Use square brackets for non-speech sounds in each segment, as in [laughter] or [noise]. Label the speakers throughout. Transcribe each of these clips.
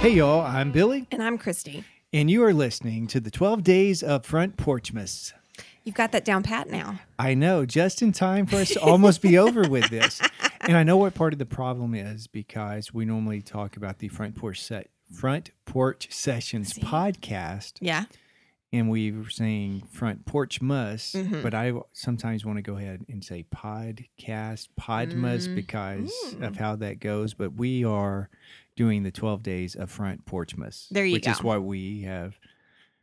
Speaker 1: Hey, y'all, I'm Billy,
Speaker 2: And I'm Christy.
Speaker 1: and you are listening to the 12 Days of Front Porchmas.
Speaker 2: You've got that down pat now.
Speaker 1: I know, just in time for us to almost be over with this. And I know what part of the problem is because we normally talk about the Front Porch Set. Front Porch Sessions
Speaker 2: See?
Speaker 1: podcast,
Speaker 2: Yeah.
Speaker 1: and we were saying front porch must,
Speaker 2: Mhm.
Speaker 1: but I sometimes want to go ahead and say podcast, podmas,
Speaker 2: Mm.
Speaker 1: because of
Speaker 2: Mm.
Speaker 1: how that goes. But we are doing the 12 days of front porch must,
Speaker 2: There you
Speaker 1: which is
Speaker 2: go.
Speaker 1: why we have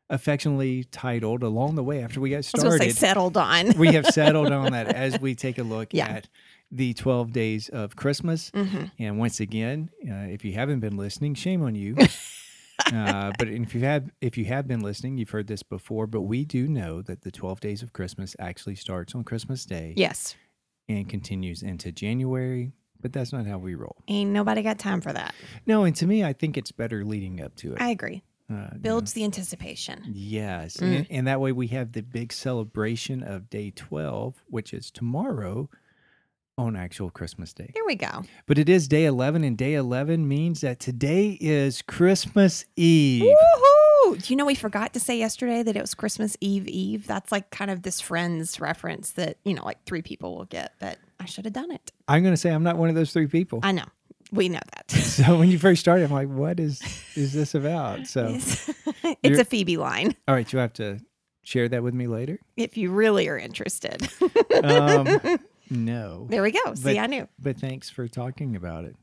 Speaker 1: affectionately titled along the way after we got
Speaker 2: I was going to say
Speaker 1: started.
Speaker 2: settled on.
Speaker 1: we have settled on that as we take a look
Speaker 2: [laughs] Yeah.
Speaker 1: at the 12 days of Christmas.
Speaker 2: hmm
Speaker 1: And once again, uh, if you haven't been listening, shame on
Speaker 2: [laughs]
Speaker 1: you. uh, but if you have, if you have been listening, you've heard this before. But we do know that the twelve days of Christmas actually starts on Christmas Day
Speaker 2: Yes.
Speaker 1: and continues into January. But that's not how we roll.
Speaker 2: Ain't nobody got time for that.
Speaker 1: No, and to me, I think it's better leading up to it.
Speaker 2: I agree.
Speaker 1: Uh, you know.
Speaker 2: Builds the anticipation.
Speaker 1: Yes.
Speaker 2: Mm.
Speaker 1: And, and that way we have the big celebration of day 12, which is tomorrow on actual Christmas Day.
Speaker 2: There we go.
Speaker 1: But it is day 11, and day 11 means that today is Christmas Eve.
Speaker 2: Woohoo! Do you know we forgot to say yesterday that it was Christmas Eve Eve? That's like kind of this friend's reference that, you know, like three people will get, but I should have done it.
Speaker 1: I'm going to say I'm not one of those three people.
Speaker 2: I know. We know
Speaker 1: [laughs]
Speaker 2: that.
Speaker 1: so when you first started, I'm like, what is is this about?
Speaker 2: [laughs]
Speaker 1: So,
Speaker 2: It's, it's
Speaker 1: You're-
Speaker 2: a Phoebe line
Speaker 1: all right, you have to share that with me later.
Speaker 2: if you really are interested. [laughs]
Speaker 1: Um, no,
Speaker 2: there we go. See,
Speaker 1: But-
Speaker 2: I knew.
Speaker 1: but thanks for talking about it.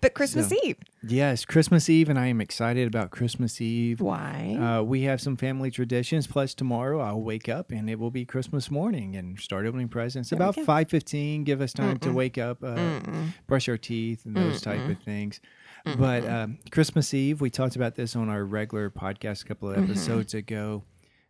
Speaker 2: But Christmas
Speaker 1: So-
Speaker 2: Eve.
Speaker 1: Yes, Christmas Eve, and I am excited about Christmas Eve.
Speaker 2: Why?
Speaker 1: Uh, we have some family traditions. Plus, tomorrow I'll wake up and it will be Christmas morning and start opening presents
Speaker 2: There we
Speaker 1: about
Speaker 2: go.
Speaker 1: five fifteen. Give us time to wake up, uh,
Speaker 2: Mm-mm.
Speaker 1: brush our teeth, and those type of things. But um, Christmas Eve, we talked about this on our regular podcast a couple of
Speaker 2: Mm-hmm.
Speaker 1: episodes ago.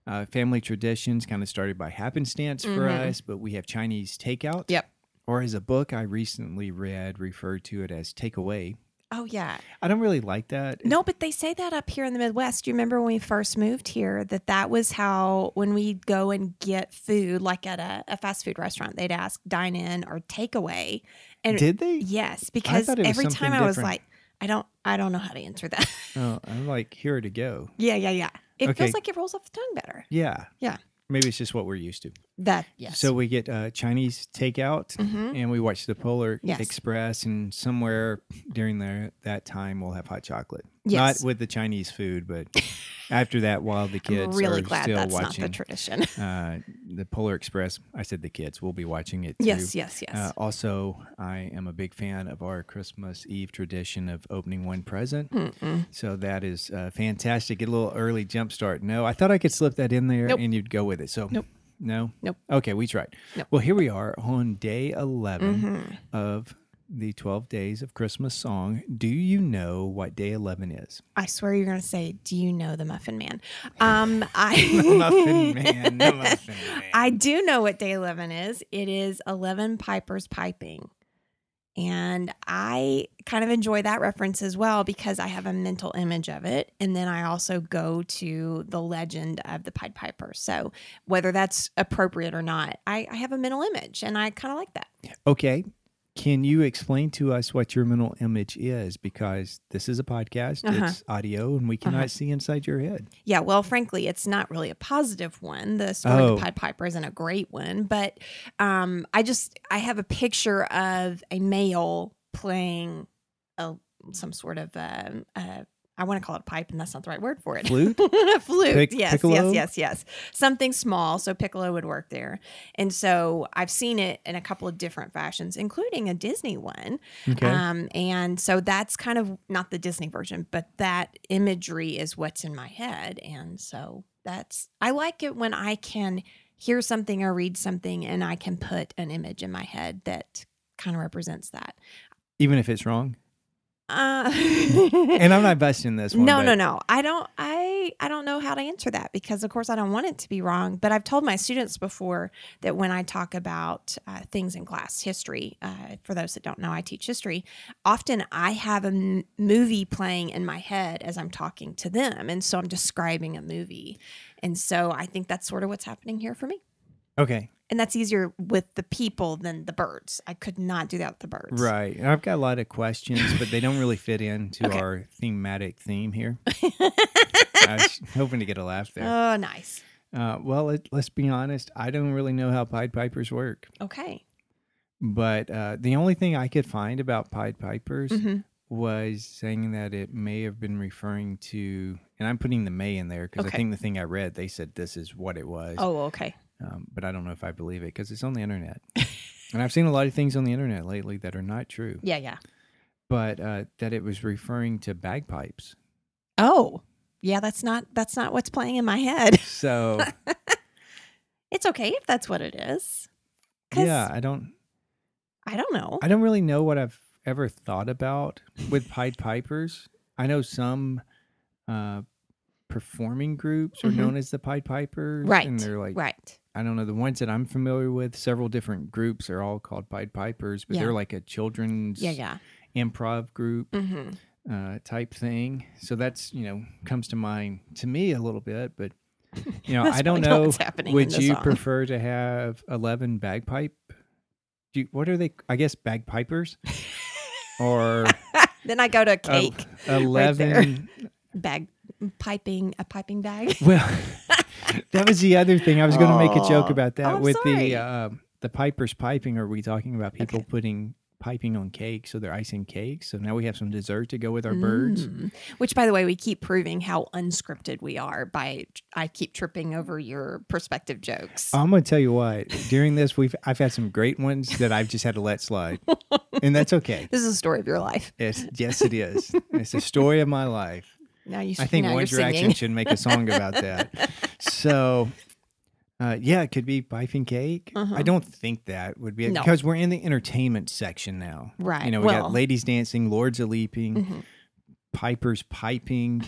Speaker 1: Uh, family traditions kind of started by happenstance for us, but we have Chinese takeout.
Speaker 2: Mm-hmm. Yep.
Speaker 1: Or as a book I recently read referred to it as takeaway.
Speaker 2: Oh yeah.
Speaker 1: I don't really like that.
Speaker 2: No, but they say that up here in the Midwest. You remember when we first moved here that that was how when we'd go and get food like at a, a fast food restaurant, they'd ask dine in or takeaway. And
Speaker 1: Did they?
Speaker 2: yes, because
Speaker 1: thought it was
Speaker 2: every
Speaker 1: something
Speaker 2: time I was
Speaker 1: different.
Speaker 2: like, I don't I don't know how to answer that. [laughs]
Speaker 1: Oh, I'm like here to go.
Speaker 2: yeah, yeah, yeah. It
Speaker 1: Okay.
Speaker 2: feels like it rolls off the tongue better.
Speaker 1: Yeah.
Speaker 2: Yeah.
Speaker 1: Maybe it's just what we're used to.
Speaker 2: That yes.
Speaker 1: So we get uh, Chinese takeout
Speaker 2: Mhm.
Speaker 1: and we watch the Polar
Speaker 2: Yes.
Speaker 1: Express, and somewhere during there, that time we'll have hot chocolate.
Speaker 2: Yes.
Speaker 1: Not with the Chinese food, but after that, while the
Speaker 2: [laughs] I'm
Speaker 1: kids
Speaker 2: really
Speaker 1: are
Speaker 2: glad
Speaker 1: still
Speaker 2: that's
Speaker 1: watching
Speaker 2: not the tradition. [laughs]
Speaker 1: uh, the Polar Express, I said the kids, we'll be watching it too.
Speaker 2: yes, yes, yes.
Speaker 1: Uh, also, I am a big fan of our Christmas Eve tradition of opening one present.
Speaker 2: Mm-mm.
Speaker 1: So that is uh, fantastic. Get a little early jump start. No, I thought I could slip that in there
Speaker 2: Nope.
Speaker 1: and you'd go with it. So
Speaker 2: Nope.
Speaker 1: No.
Speaker 2: Nope.
Speaker 1: Okay, we tried.
Speaker 2: Nope.
Speaker 1: Well, here we are on day 11
Speaker 2: Mhm.
Speaker 1: of the 12 days of Christmas song. Do you know what day 11
Speaker 2: [laughs]
Speaker 1: is? [laughs]
Speaker 2: I swear you're gonna say, Do you know the Muffin Man? Um I
Speaker 1: muffin man.
Speaker 2: [laughs]
Speaker 1: The muffin man.
Speaker 2: I do know what day 11 is. It is 11 Pipers Piping. And I kind of enjoy that reference as well because I have a mental image of it. And then I also go to the legend of the Pied Piper. So whether that's appropriate or not, I, I have a mental image and I kind of like that.
Speaker 1: Okay. Can you explain to us what your mental image is? Because this is a podcast,
Speaker 2: Uh-huh.
Speaker 1: it's audio, and we cannot
Speaker 2: Uh-huh.
Speaker 1: see inside your head.
Speaker 2: [laughs] Yeah, well, frankly, it's not really a positive one. The story of
Speaker 1: Oh.
Speaker 2: the Pied Piper isn't a great one, but um, I just I have a picture of a male playing a some sort of um, uh, I want to call it pipe, and that's not the right word for it. [laughs]
Speaker 1: Flute?
Speaker 2: flute.
Speaker 1: Pic-
Speaker 2: yes,
Speaker 1: piccolo?
Speaker 2: yes, yes, yes. Something small, so piccolo would work there. And so I've seen it in a couple of different fashions, including a Disney one.
Speaker 1: Okay.
Speaker 2: Um, and so that's kind of not the Disney version, but that imagery is what's in my head. And so that's, I like it when I can hear something or read something and I can put an image in my head that kind of represents that.
Speaker 1: Even if it's wrong.
Speaker 2: Uh,
Speaker 1: And I'm not busting this one.
Speaker 2: no,
Speaker 1: but-
Speaker 2: no, no. I don't, I, I don't know how to answer that because of course I don't want it to be wrong, but I've told my students before that when I talk about uh, things in class, history, uh, for those that don't know, I teach history. Often I have a m- movie playing in my head as I'm talking to them. And so I'm describing a movie. And so I think that's sort of what's happening here for me.
Speaker 1: Okay.
Speaker 2: and that's easier with the people than the birds. I could not do that with the birds.
Speaker 1: Right. And I've got a lot of questions, but they don't really fit into
Speaker 2: Okay.
Speaker 1: our thematic theme
Speaker 2: [laughs]
Speaker 1: here. I was hoping to get a laugh there.
Speaker 2: oh, nice.
Speaker 1: Uh, well, let, let's be honest. I don't really know how Pied Pipers work,
Speaker 2: Okay.
Speaker 1: but uh, the only thing I could find about Pied Pipers
Speaker 2: Mhm.
Speaker 1: was saying that it may have been referring to, and I'm putting the may in there because
Speaker 2: Okay.
Speaker 1: I think the thing I read, they said this is what it was.
Speaker 2: Oh, okay.
Speaker 1: Um, but I don't know if I believe it because it's on the
Speaker 2: [laughs]
Speaker 1: internet. and I've seen a lot of things on the internet lately that are not true,
Speaker 2: Yeah, yeah.
Speaker 1: but uh, that it was referring to bagpipes.
Speaker 2: Oh, yeah. That's not that's not what's playing in my head. [laughs]
Speaker 1: So,
Speaker 2: It's okay if that's what it is. 'Cause
Speaker 1: yeah, I don't.
Speaker 2: I don't know.
Speaker 1: I don't really know what I've ever thought about with Pied Pipers. I know some uh, performing groups are
Speaker 2: Mhm.
Speaker 1: known as the Pied Pipers,
Speaker 2: Right,
Speaker 1: And they're like,
Speaker 2: right.
Speaker 1: I don't know the ones that I'm familiar with. Several different groups are all called Pied Pipers, but
Speaker 2: Yeah.
Speaker 1: they're like a children's
Speaker 2: Yeah, yeah.
Speaker 1: improv group
Speaker 2: hmm
Speaker 1: uh, type thing. So that's you know comes to mind to me a little bit, but you know
Speaker 2: [laughs] That's
Speaker 1: I don't
Speaker 2: probably not
Speaker 1: know.
Speaker 2: what's happening in
Speaker 1: Would
Speaker 2: the
Speaker 1: you
Speaker 2: song.
Speaker 1: prefer to have eleven bagpipe? Do you, what are they? I guess
Speaker 2: [laughs]
Speaker 1: bagpipers, or
Speaker 2: then I
Speaker 1: [laughs]
Speaker 2: go to
Speaker 1: a-
Speaker 2: cake there.
Speaker 1: eleven.
Speaker 2: bag piping a piping bag. [laughs]
Speaker 1: well, [laughs] that was the other thing. I was going to make a joke
Speaker 2: Oh.
Speaker 1: about that
Speaker 2: Oh, I'm
Speaker 1: with
Speaker 2: sorry.
Speaker 1: the uh, the pipers piping. Are we talking about people putting? piping on cake so they're icing cakes so now we have some dessert to go with our birds
Speaker 2: Mm. Which, by the way, we keep proving how unscripted we are by I keep tripping over your perspective jokes.
Speaker 1: I'm gonna tell you what. During this, we've I've had some great ones that I've just had to let slide, and that's okay.
Speaker 2: this is a story of your life.
Speaker 1: It's, yes, it is. It's the story of my life.
Speaker 2: Now you.
Speaker 1: I think
Speaker 2: now
Speaker 1: One
Speaker 2: you're
Speaker 1: Direction
Speaker 2: singing.
Speaker 1: should make a song about
Speaker 2: [laughs]
Speaker 1: that. So, uh, yeah, it could be piping cake. I don't think that would be it,
Speaker 2: Uh-huh. No.
Speaker 1: because we're in the entertainment section now.
Speaker 2: [laughs] Right,
Speaker 1: You know, we
Speaker 2: well- Mm-hmm.
Speaker 1: got ladies dancing, lords a leaping. Pipers
Speaker 2: [laughs]
Speaker 1: piping,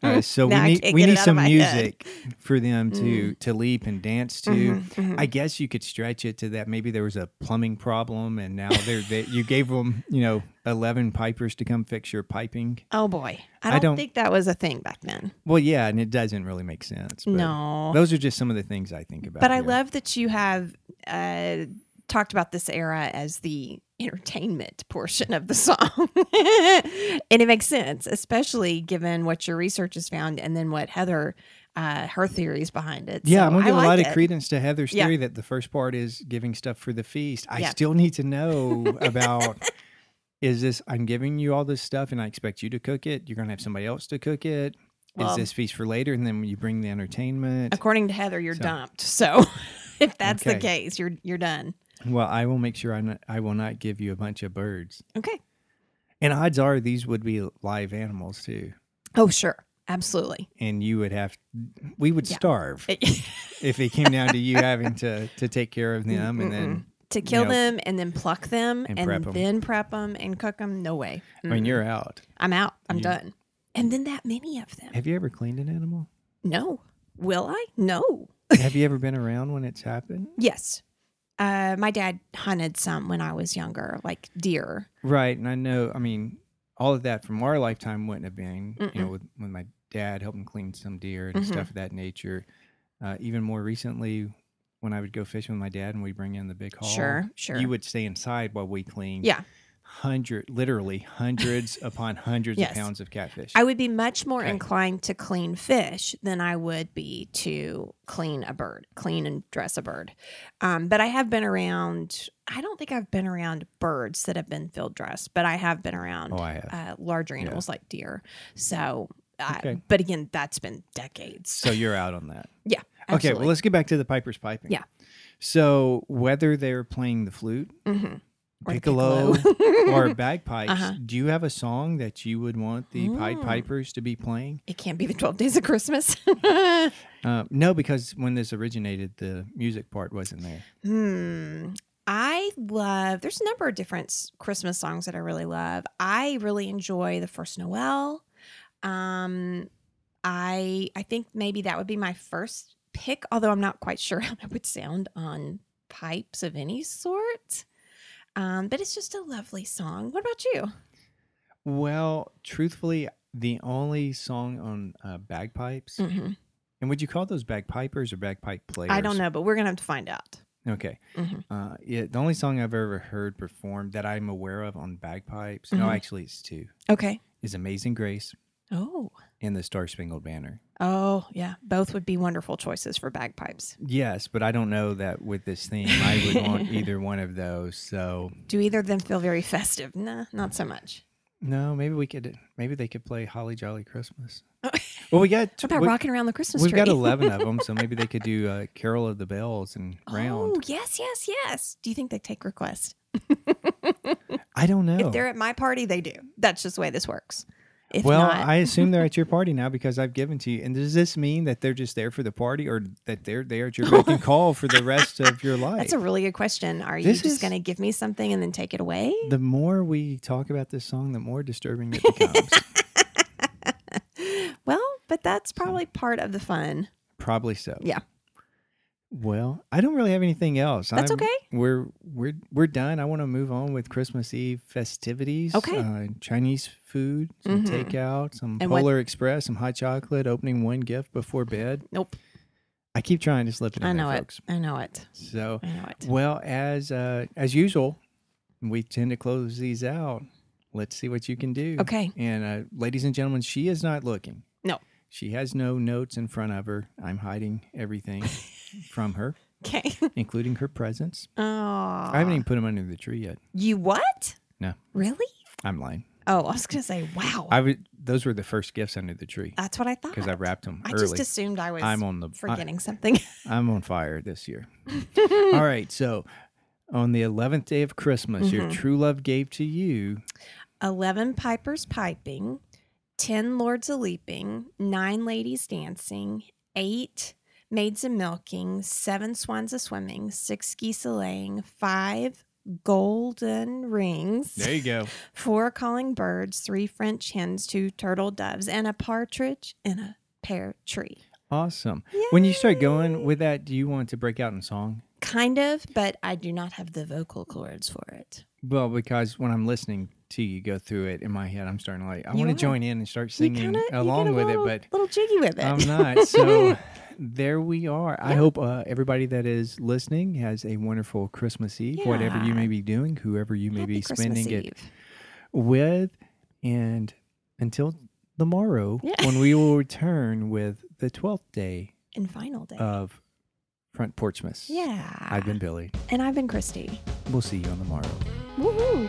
Speaker 1: Uh, so
Speaker 2: Now I
Speaker 1: we need
Speaker 2: can't
Speaker 1: we
Speaker 2: get
Speaker 1: need
Speaker 2: it out of
Speaker 1: some
Speaker 2: my head. Mm. Mm-hmm.
Speaker 1: music for them to to leap and dance to. I guess you could stretch it to that. Maybe there was a plumbing problem, and now they're they, you gave them you know eleven pipers to come fix your piping.
Speaker 2: Oh boy, I
Speaker 1: I
Speaker 2: don't,
Speaker 1: don't-
Speaker 2: think that was a thing back then.
Speaker 1: Well, yeah, and it doesn't really make sense. but
Speaker 2: No,
Speaker 1: those are just some of the things I think about.
Speaker 2: but I
Speaker 1: here.
Speaker 2: love that you have uh, talked about this era as the entertainment portion of the song, [laughs] and it makes sense, especially given what your research has found, and then what Heather, uh, her theories behind it.
Speaker 1: Yeah,
Speaker 2: So
Speaker 1: I'm gonna
Speaker 2: I
Speaker 1: give a
Speaker 2: like
Speaker 1: lot of
Speaker 2: it.
Speaker 1: credence to Heather's
Speaker 2: Yeah.
Speaker 1: theory that the first part is giving stuff for the feast. I
Speaker 2: Yeah.
Speaker 1: still need to
Speaker 2: [laughs]
Speaker 1: know about is this I'm giving you all this stuff and I expect you to cook it. You're gonna have somebody else to cook it. Is
Speaker 2: Well-
Speaker 1: this feast for later? And then you bring the entertainment.
Speaker 2: According to Heather, you're
Speaker 1: So-
Speaker 2: dumped. So [laughs] if that's the
Speaker 1: Okay.
Speaker 2: case, you're you're done.
Speaker 1: Well, I will make sure I not, I will not give you a bunch of birds.
Speaker 2: Okay.
Speaker 1: And odds are these would be live animals too,
Speaker 2: Oh sure, absolutely. [laughs]
Speaker 1: and you would have we would
Speaker 2: Yeah.
Speaker 1: starve if it came down to you having to to take care of them and then.
Speaker 2: to kill
Speaker 1: know,
Speaker 2: them and then pluck them
Speaker 1: and
Speaker 2: and,
Speaker 1: prep 'em.
Speaker 2: then prep them and cook them. No way.
Speaker 1: I mean, you're out.
Speaker 2: I'm out. I'm
Speaker 1: You-
Speaker 2: done. And then that many of them.
Speaker 1: Have you ever cleaned an animal? [laughs]
Speaker 2: No. Will I? No.
Speaker 1: Have you ever been around when it's happened?
Speaker 2: Yes. Uh, my dad hunted some when I was younger, like deer.
Speaker 1: Right, and I know. I mean, all of that from our lifetime wouldn't have been. You know, with when my dad helped him clean some deer and
Speaker 2: Mhm.
Speaker 1: stuff of that nature. Uh, even more recently, when I would go fishing with my dad and we bring in the big haul,
Speaker 2: Sure, sure.
Speaker 1: Oh, you would stay inside while we cleaned.
Speaker 2: Yeah.
Speaker 1: hundred, literally
Speaker 2: [laughs]
Speaker 1: hundreds upon hundreds
Speaker 2: Yes.
Speaker 1: of pounds of catfish.
Speaker 2: I would be much more
Speaker 1: Okay.
Speaker 2: inclined to clean fish than I would be to clean a bird, clean and dress a bird. Um, but I have been around, I don't think I've been around birds that have been field dressed, but I have been around
Speaker 1: oh, I have.
Speaker 2: uh, larger
Speaker 1: Yeah.
Speaker 2: animals like deer. So, uh,
Speaker 1: Okay.
Speaker 2: but again, that's been decades.
Speaker 1: so you're out on that.
Speaker 2: yeah.
Speaker 1: Okay, well, let's get back to the piper's piping.
Speaker 2: Yeah.
Speaker 1: So whether they're playing the
Speaker 2: [laughs]
Speaker 1: flute,
Speaker 2: hmm Or the
Speaker 1: piccolo,
Speaker 2: [laughs] piccolo.
Speaker 1: or bagpipes,
Speaker 2: Uh-huh.
Speaker 1: do you have a song that you would want the Pied
Speaker 2: Mm.
Speaker 1: Pipers to be playing?
Speaker 2: It can't be the 12 days of Christmas. [laughs]
Speaker 1: Uh, no, because when this originated, the music part wasn't there.
Speaker 2: hmm. I love, there's a number of different s- Christmas songs that I really love. I really enjoy The First Noel. Um, I I think maybe that would be my first pick, although I'm not quite sure [laughs] how that would sound on pipes of any sort. Um, but it's just a lovely song. What about you?
Speaker 1: Well, truthfully, the only song on uh, bagpipes
Speaker 2: Mm-hmm.
Speaker 1: And would you call those bagpipers or bagpipe players?
Speaker 2: I don't know, but we're gonna have to find out.
Speaker 1: Okay.
Speaker 2: Mhm.
Speaker 1: Uh, yeah, the only song I've ever heard performed that I'm aware of on bagpipes, no,
Speaker 2: Mhm.
Speaker 1: actually it's two,
Speaker 2: Okay.
Speaker 1: is Amazing Grace
Speaker 2: Oh.
Speaker 1: and the Star Spangled Banner.
Speaker 2: Oh yeah, both would be wonderful choices for bagpipes.
Speaker 1: Yes, but I don't know that with this theme I would
Speaker 2: [laughs]
Speaker 1: want either one of those. So
Speaker 2: Do either of them feel very festive? Nah, not so much.
Speaker 1: no, maybe we could, maybe they could play Holly Jolly Christmas. Well, we got
Speaker 2: What [laughs] about
Speaker 1: we,
Speaker 2: rocking around the Christmas
Speaker 1: We've
Speaker 2: tree?
Speaker 1: got eleven of them, so maybe they could do uh, Carol of the Bells and round.
Speaker 2: [laughs] Oh yes, yes, yes. Do you think they take requests?
Speaker 1: I don't know.
Speaker 2: If they're at my party, they do. That's just the way this works. If
Speaker 1: well,
Speaker 2: not,
Speaker 1: I assume they're at
Speaker 2: [laughs]
Speaker 1: your party now because I've given to you. And does this mean that they're just there for the party, or that they're there at your
Speaker 2: [laughs]
Speaker 1: beck and call for the rest of your life?
Speaker 2: that's a really good question. Are you
Speaker 1: This
Speaker 2: just
Speaker 1: is-
Speaker 2: going to give me something and then take it away?
Speaker 1: the more we talk about this song, the more disturbing it
Speaker 2: [laughs]
Speaker 1: becomes.
Speaker 2: Well, but that's probably part of the fun.
Speaker 1: Probably so.
Speaker 2: Yeah.
Speaker 1: Well, I don't really have anything else.
Speaker 2: That's
Speaker 1: I'm-
Speaker 2: okay.
Speaker 1: We're we're we're done. I want to move on with Christmas Eve festivities.
Speaker 2: Okay.
Speaker 1: Uh, Chinese food, some
Speaker 2: Mhm.
Speaker 1: takeout, some
Speaker 2: And what-
Speaker 1: Polar Express, some hot chocolate. Opening one gift before bed.
Speaker 2: Nope.
Speaker 1: I keep trying to slip it. In
Speaker 2: I
Speaker 1: there,
Speaker 2: know it.
Speaker 1: folks.
Speaker 2: I know it.
Speaker 1: So,
Speaker 2: I know it.
Speaker 1: well as uh, as usual, we tend to close these out. Let's see what you can do.
Speaker 2: Okay.
Speaker 1: And uh, ladies and gentlemen, she is not looking.
Speaker 2: No.
Speaker 1: She has no notes in front of her. I'm hiding
Speaker 2: [laughs]
Speaker 1: everything from her,
Speaker 2: Okay. [laughs]
Speaker 1: including her presents.
Speaker 2: Oh.
Speaker 1: I haven't even put them under the tree yet.
Speaker 2: You what?
Speaker 1: No.
Speaker 2: Really?
Speaker 1: I'm lying.
Speaker 2: Oh, I was going to say, wow.
Speaker 1: I would. Those were the first gifts under the tree
Speaker 2: that's what I thought.
Speaker 1: because I wrapped them
Speaker 2: I
Speaker 1: early.
Speaker 2: just assumed I was
Speaker 1: I'm on the I,
Speaker 2: forgetting something.
Speaker 1: I'm on fire this year.
Speaker 2: [laughs]
Speaker 1: All right, so on the eleventh day of Christmas,
Speaker 2: Mm-hmm.
Speaker 1: your true love gave to
Speaker 2: [laughs]
Speaker 1: you
Speaker 2: 11 pipers piping, 10 lords a leaping, 9 ladies dancing, 8 maids a milking, 7 swans a swimming, 6 geese a laying, 5 golden rings,
Speaker 1: There you go.
Speaker 2: 4 calling birds, 3 French hens, 2 turtle doves, and a partridge in a pear tree.
Speaker 1: Awesome. When you start going with that, do you want to break out in song?
Speaker 2: Kind of, but I do not have the vocal cords for it.
Speaker 1: Well, because when I'm listening to you go through it in my head, I'm starting to like I
Speaker 2: You
Speaker 1: want to
Speaker 2: are.
Speaker 1: join in and start
Speaker 2: You
Speaker 1: singing
Speaker 2: kinda- you get
Speaker 1: along
Speaker 2: a
Speaker 1: with
Speaker 2: little,
Speaker 1: it,
Speaker 2: little jiggy with it.
Speaker 1: but I'm not.
Speaker 2: [laughs]
Speaker 1: So there we are. I hope uh, everybody that is listening has a wonderful Christmas Eve, whatever you
Speaker 2: Yeah.
Speaker 1: may be doing, whoever you may
Speaker 2: Happy
Speaker 1: be
Speaker 2: Christmas
Speaker 1: spending it
Speaker 2: Eve.
Speaker 1: with. And until tomorrow,
Speaker 2: Yeah.
Speaker 1: when we
Speaker 2: [laughs]
Speaker 1: will return with the 12th day
Speaker 2: and final day.
Speaker 1: of Front Porchmas.
Speaker 2: yeah.
Speaker 1: I've been Billy.
Speaker 2: and I've been Christy.
Speaker 1: We'll see you on the morrow.
Speaker 2: Woohoo!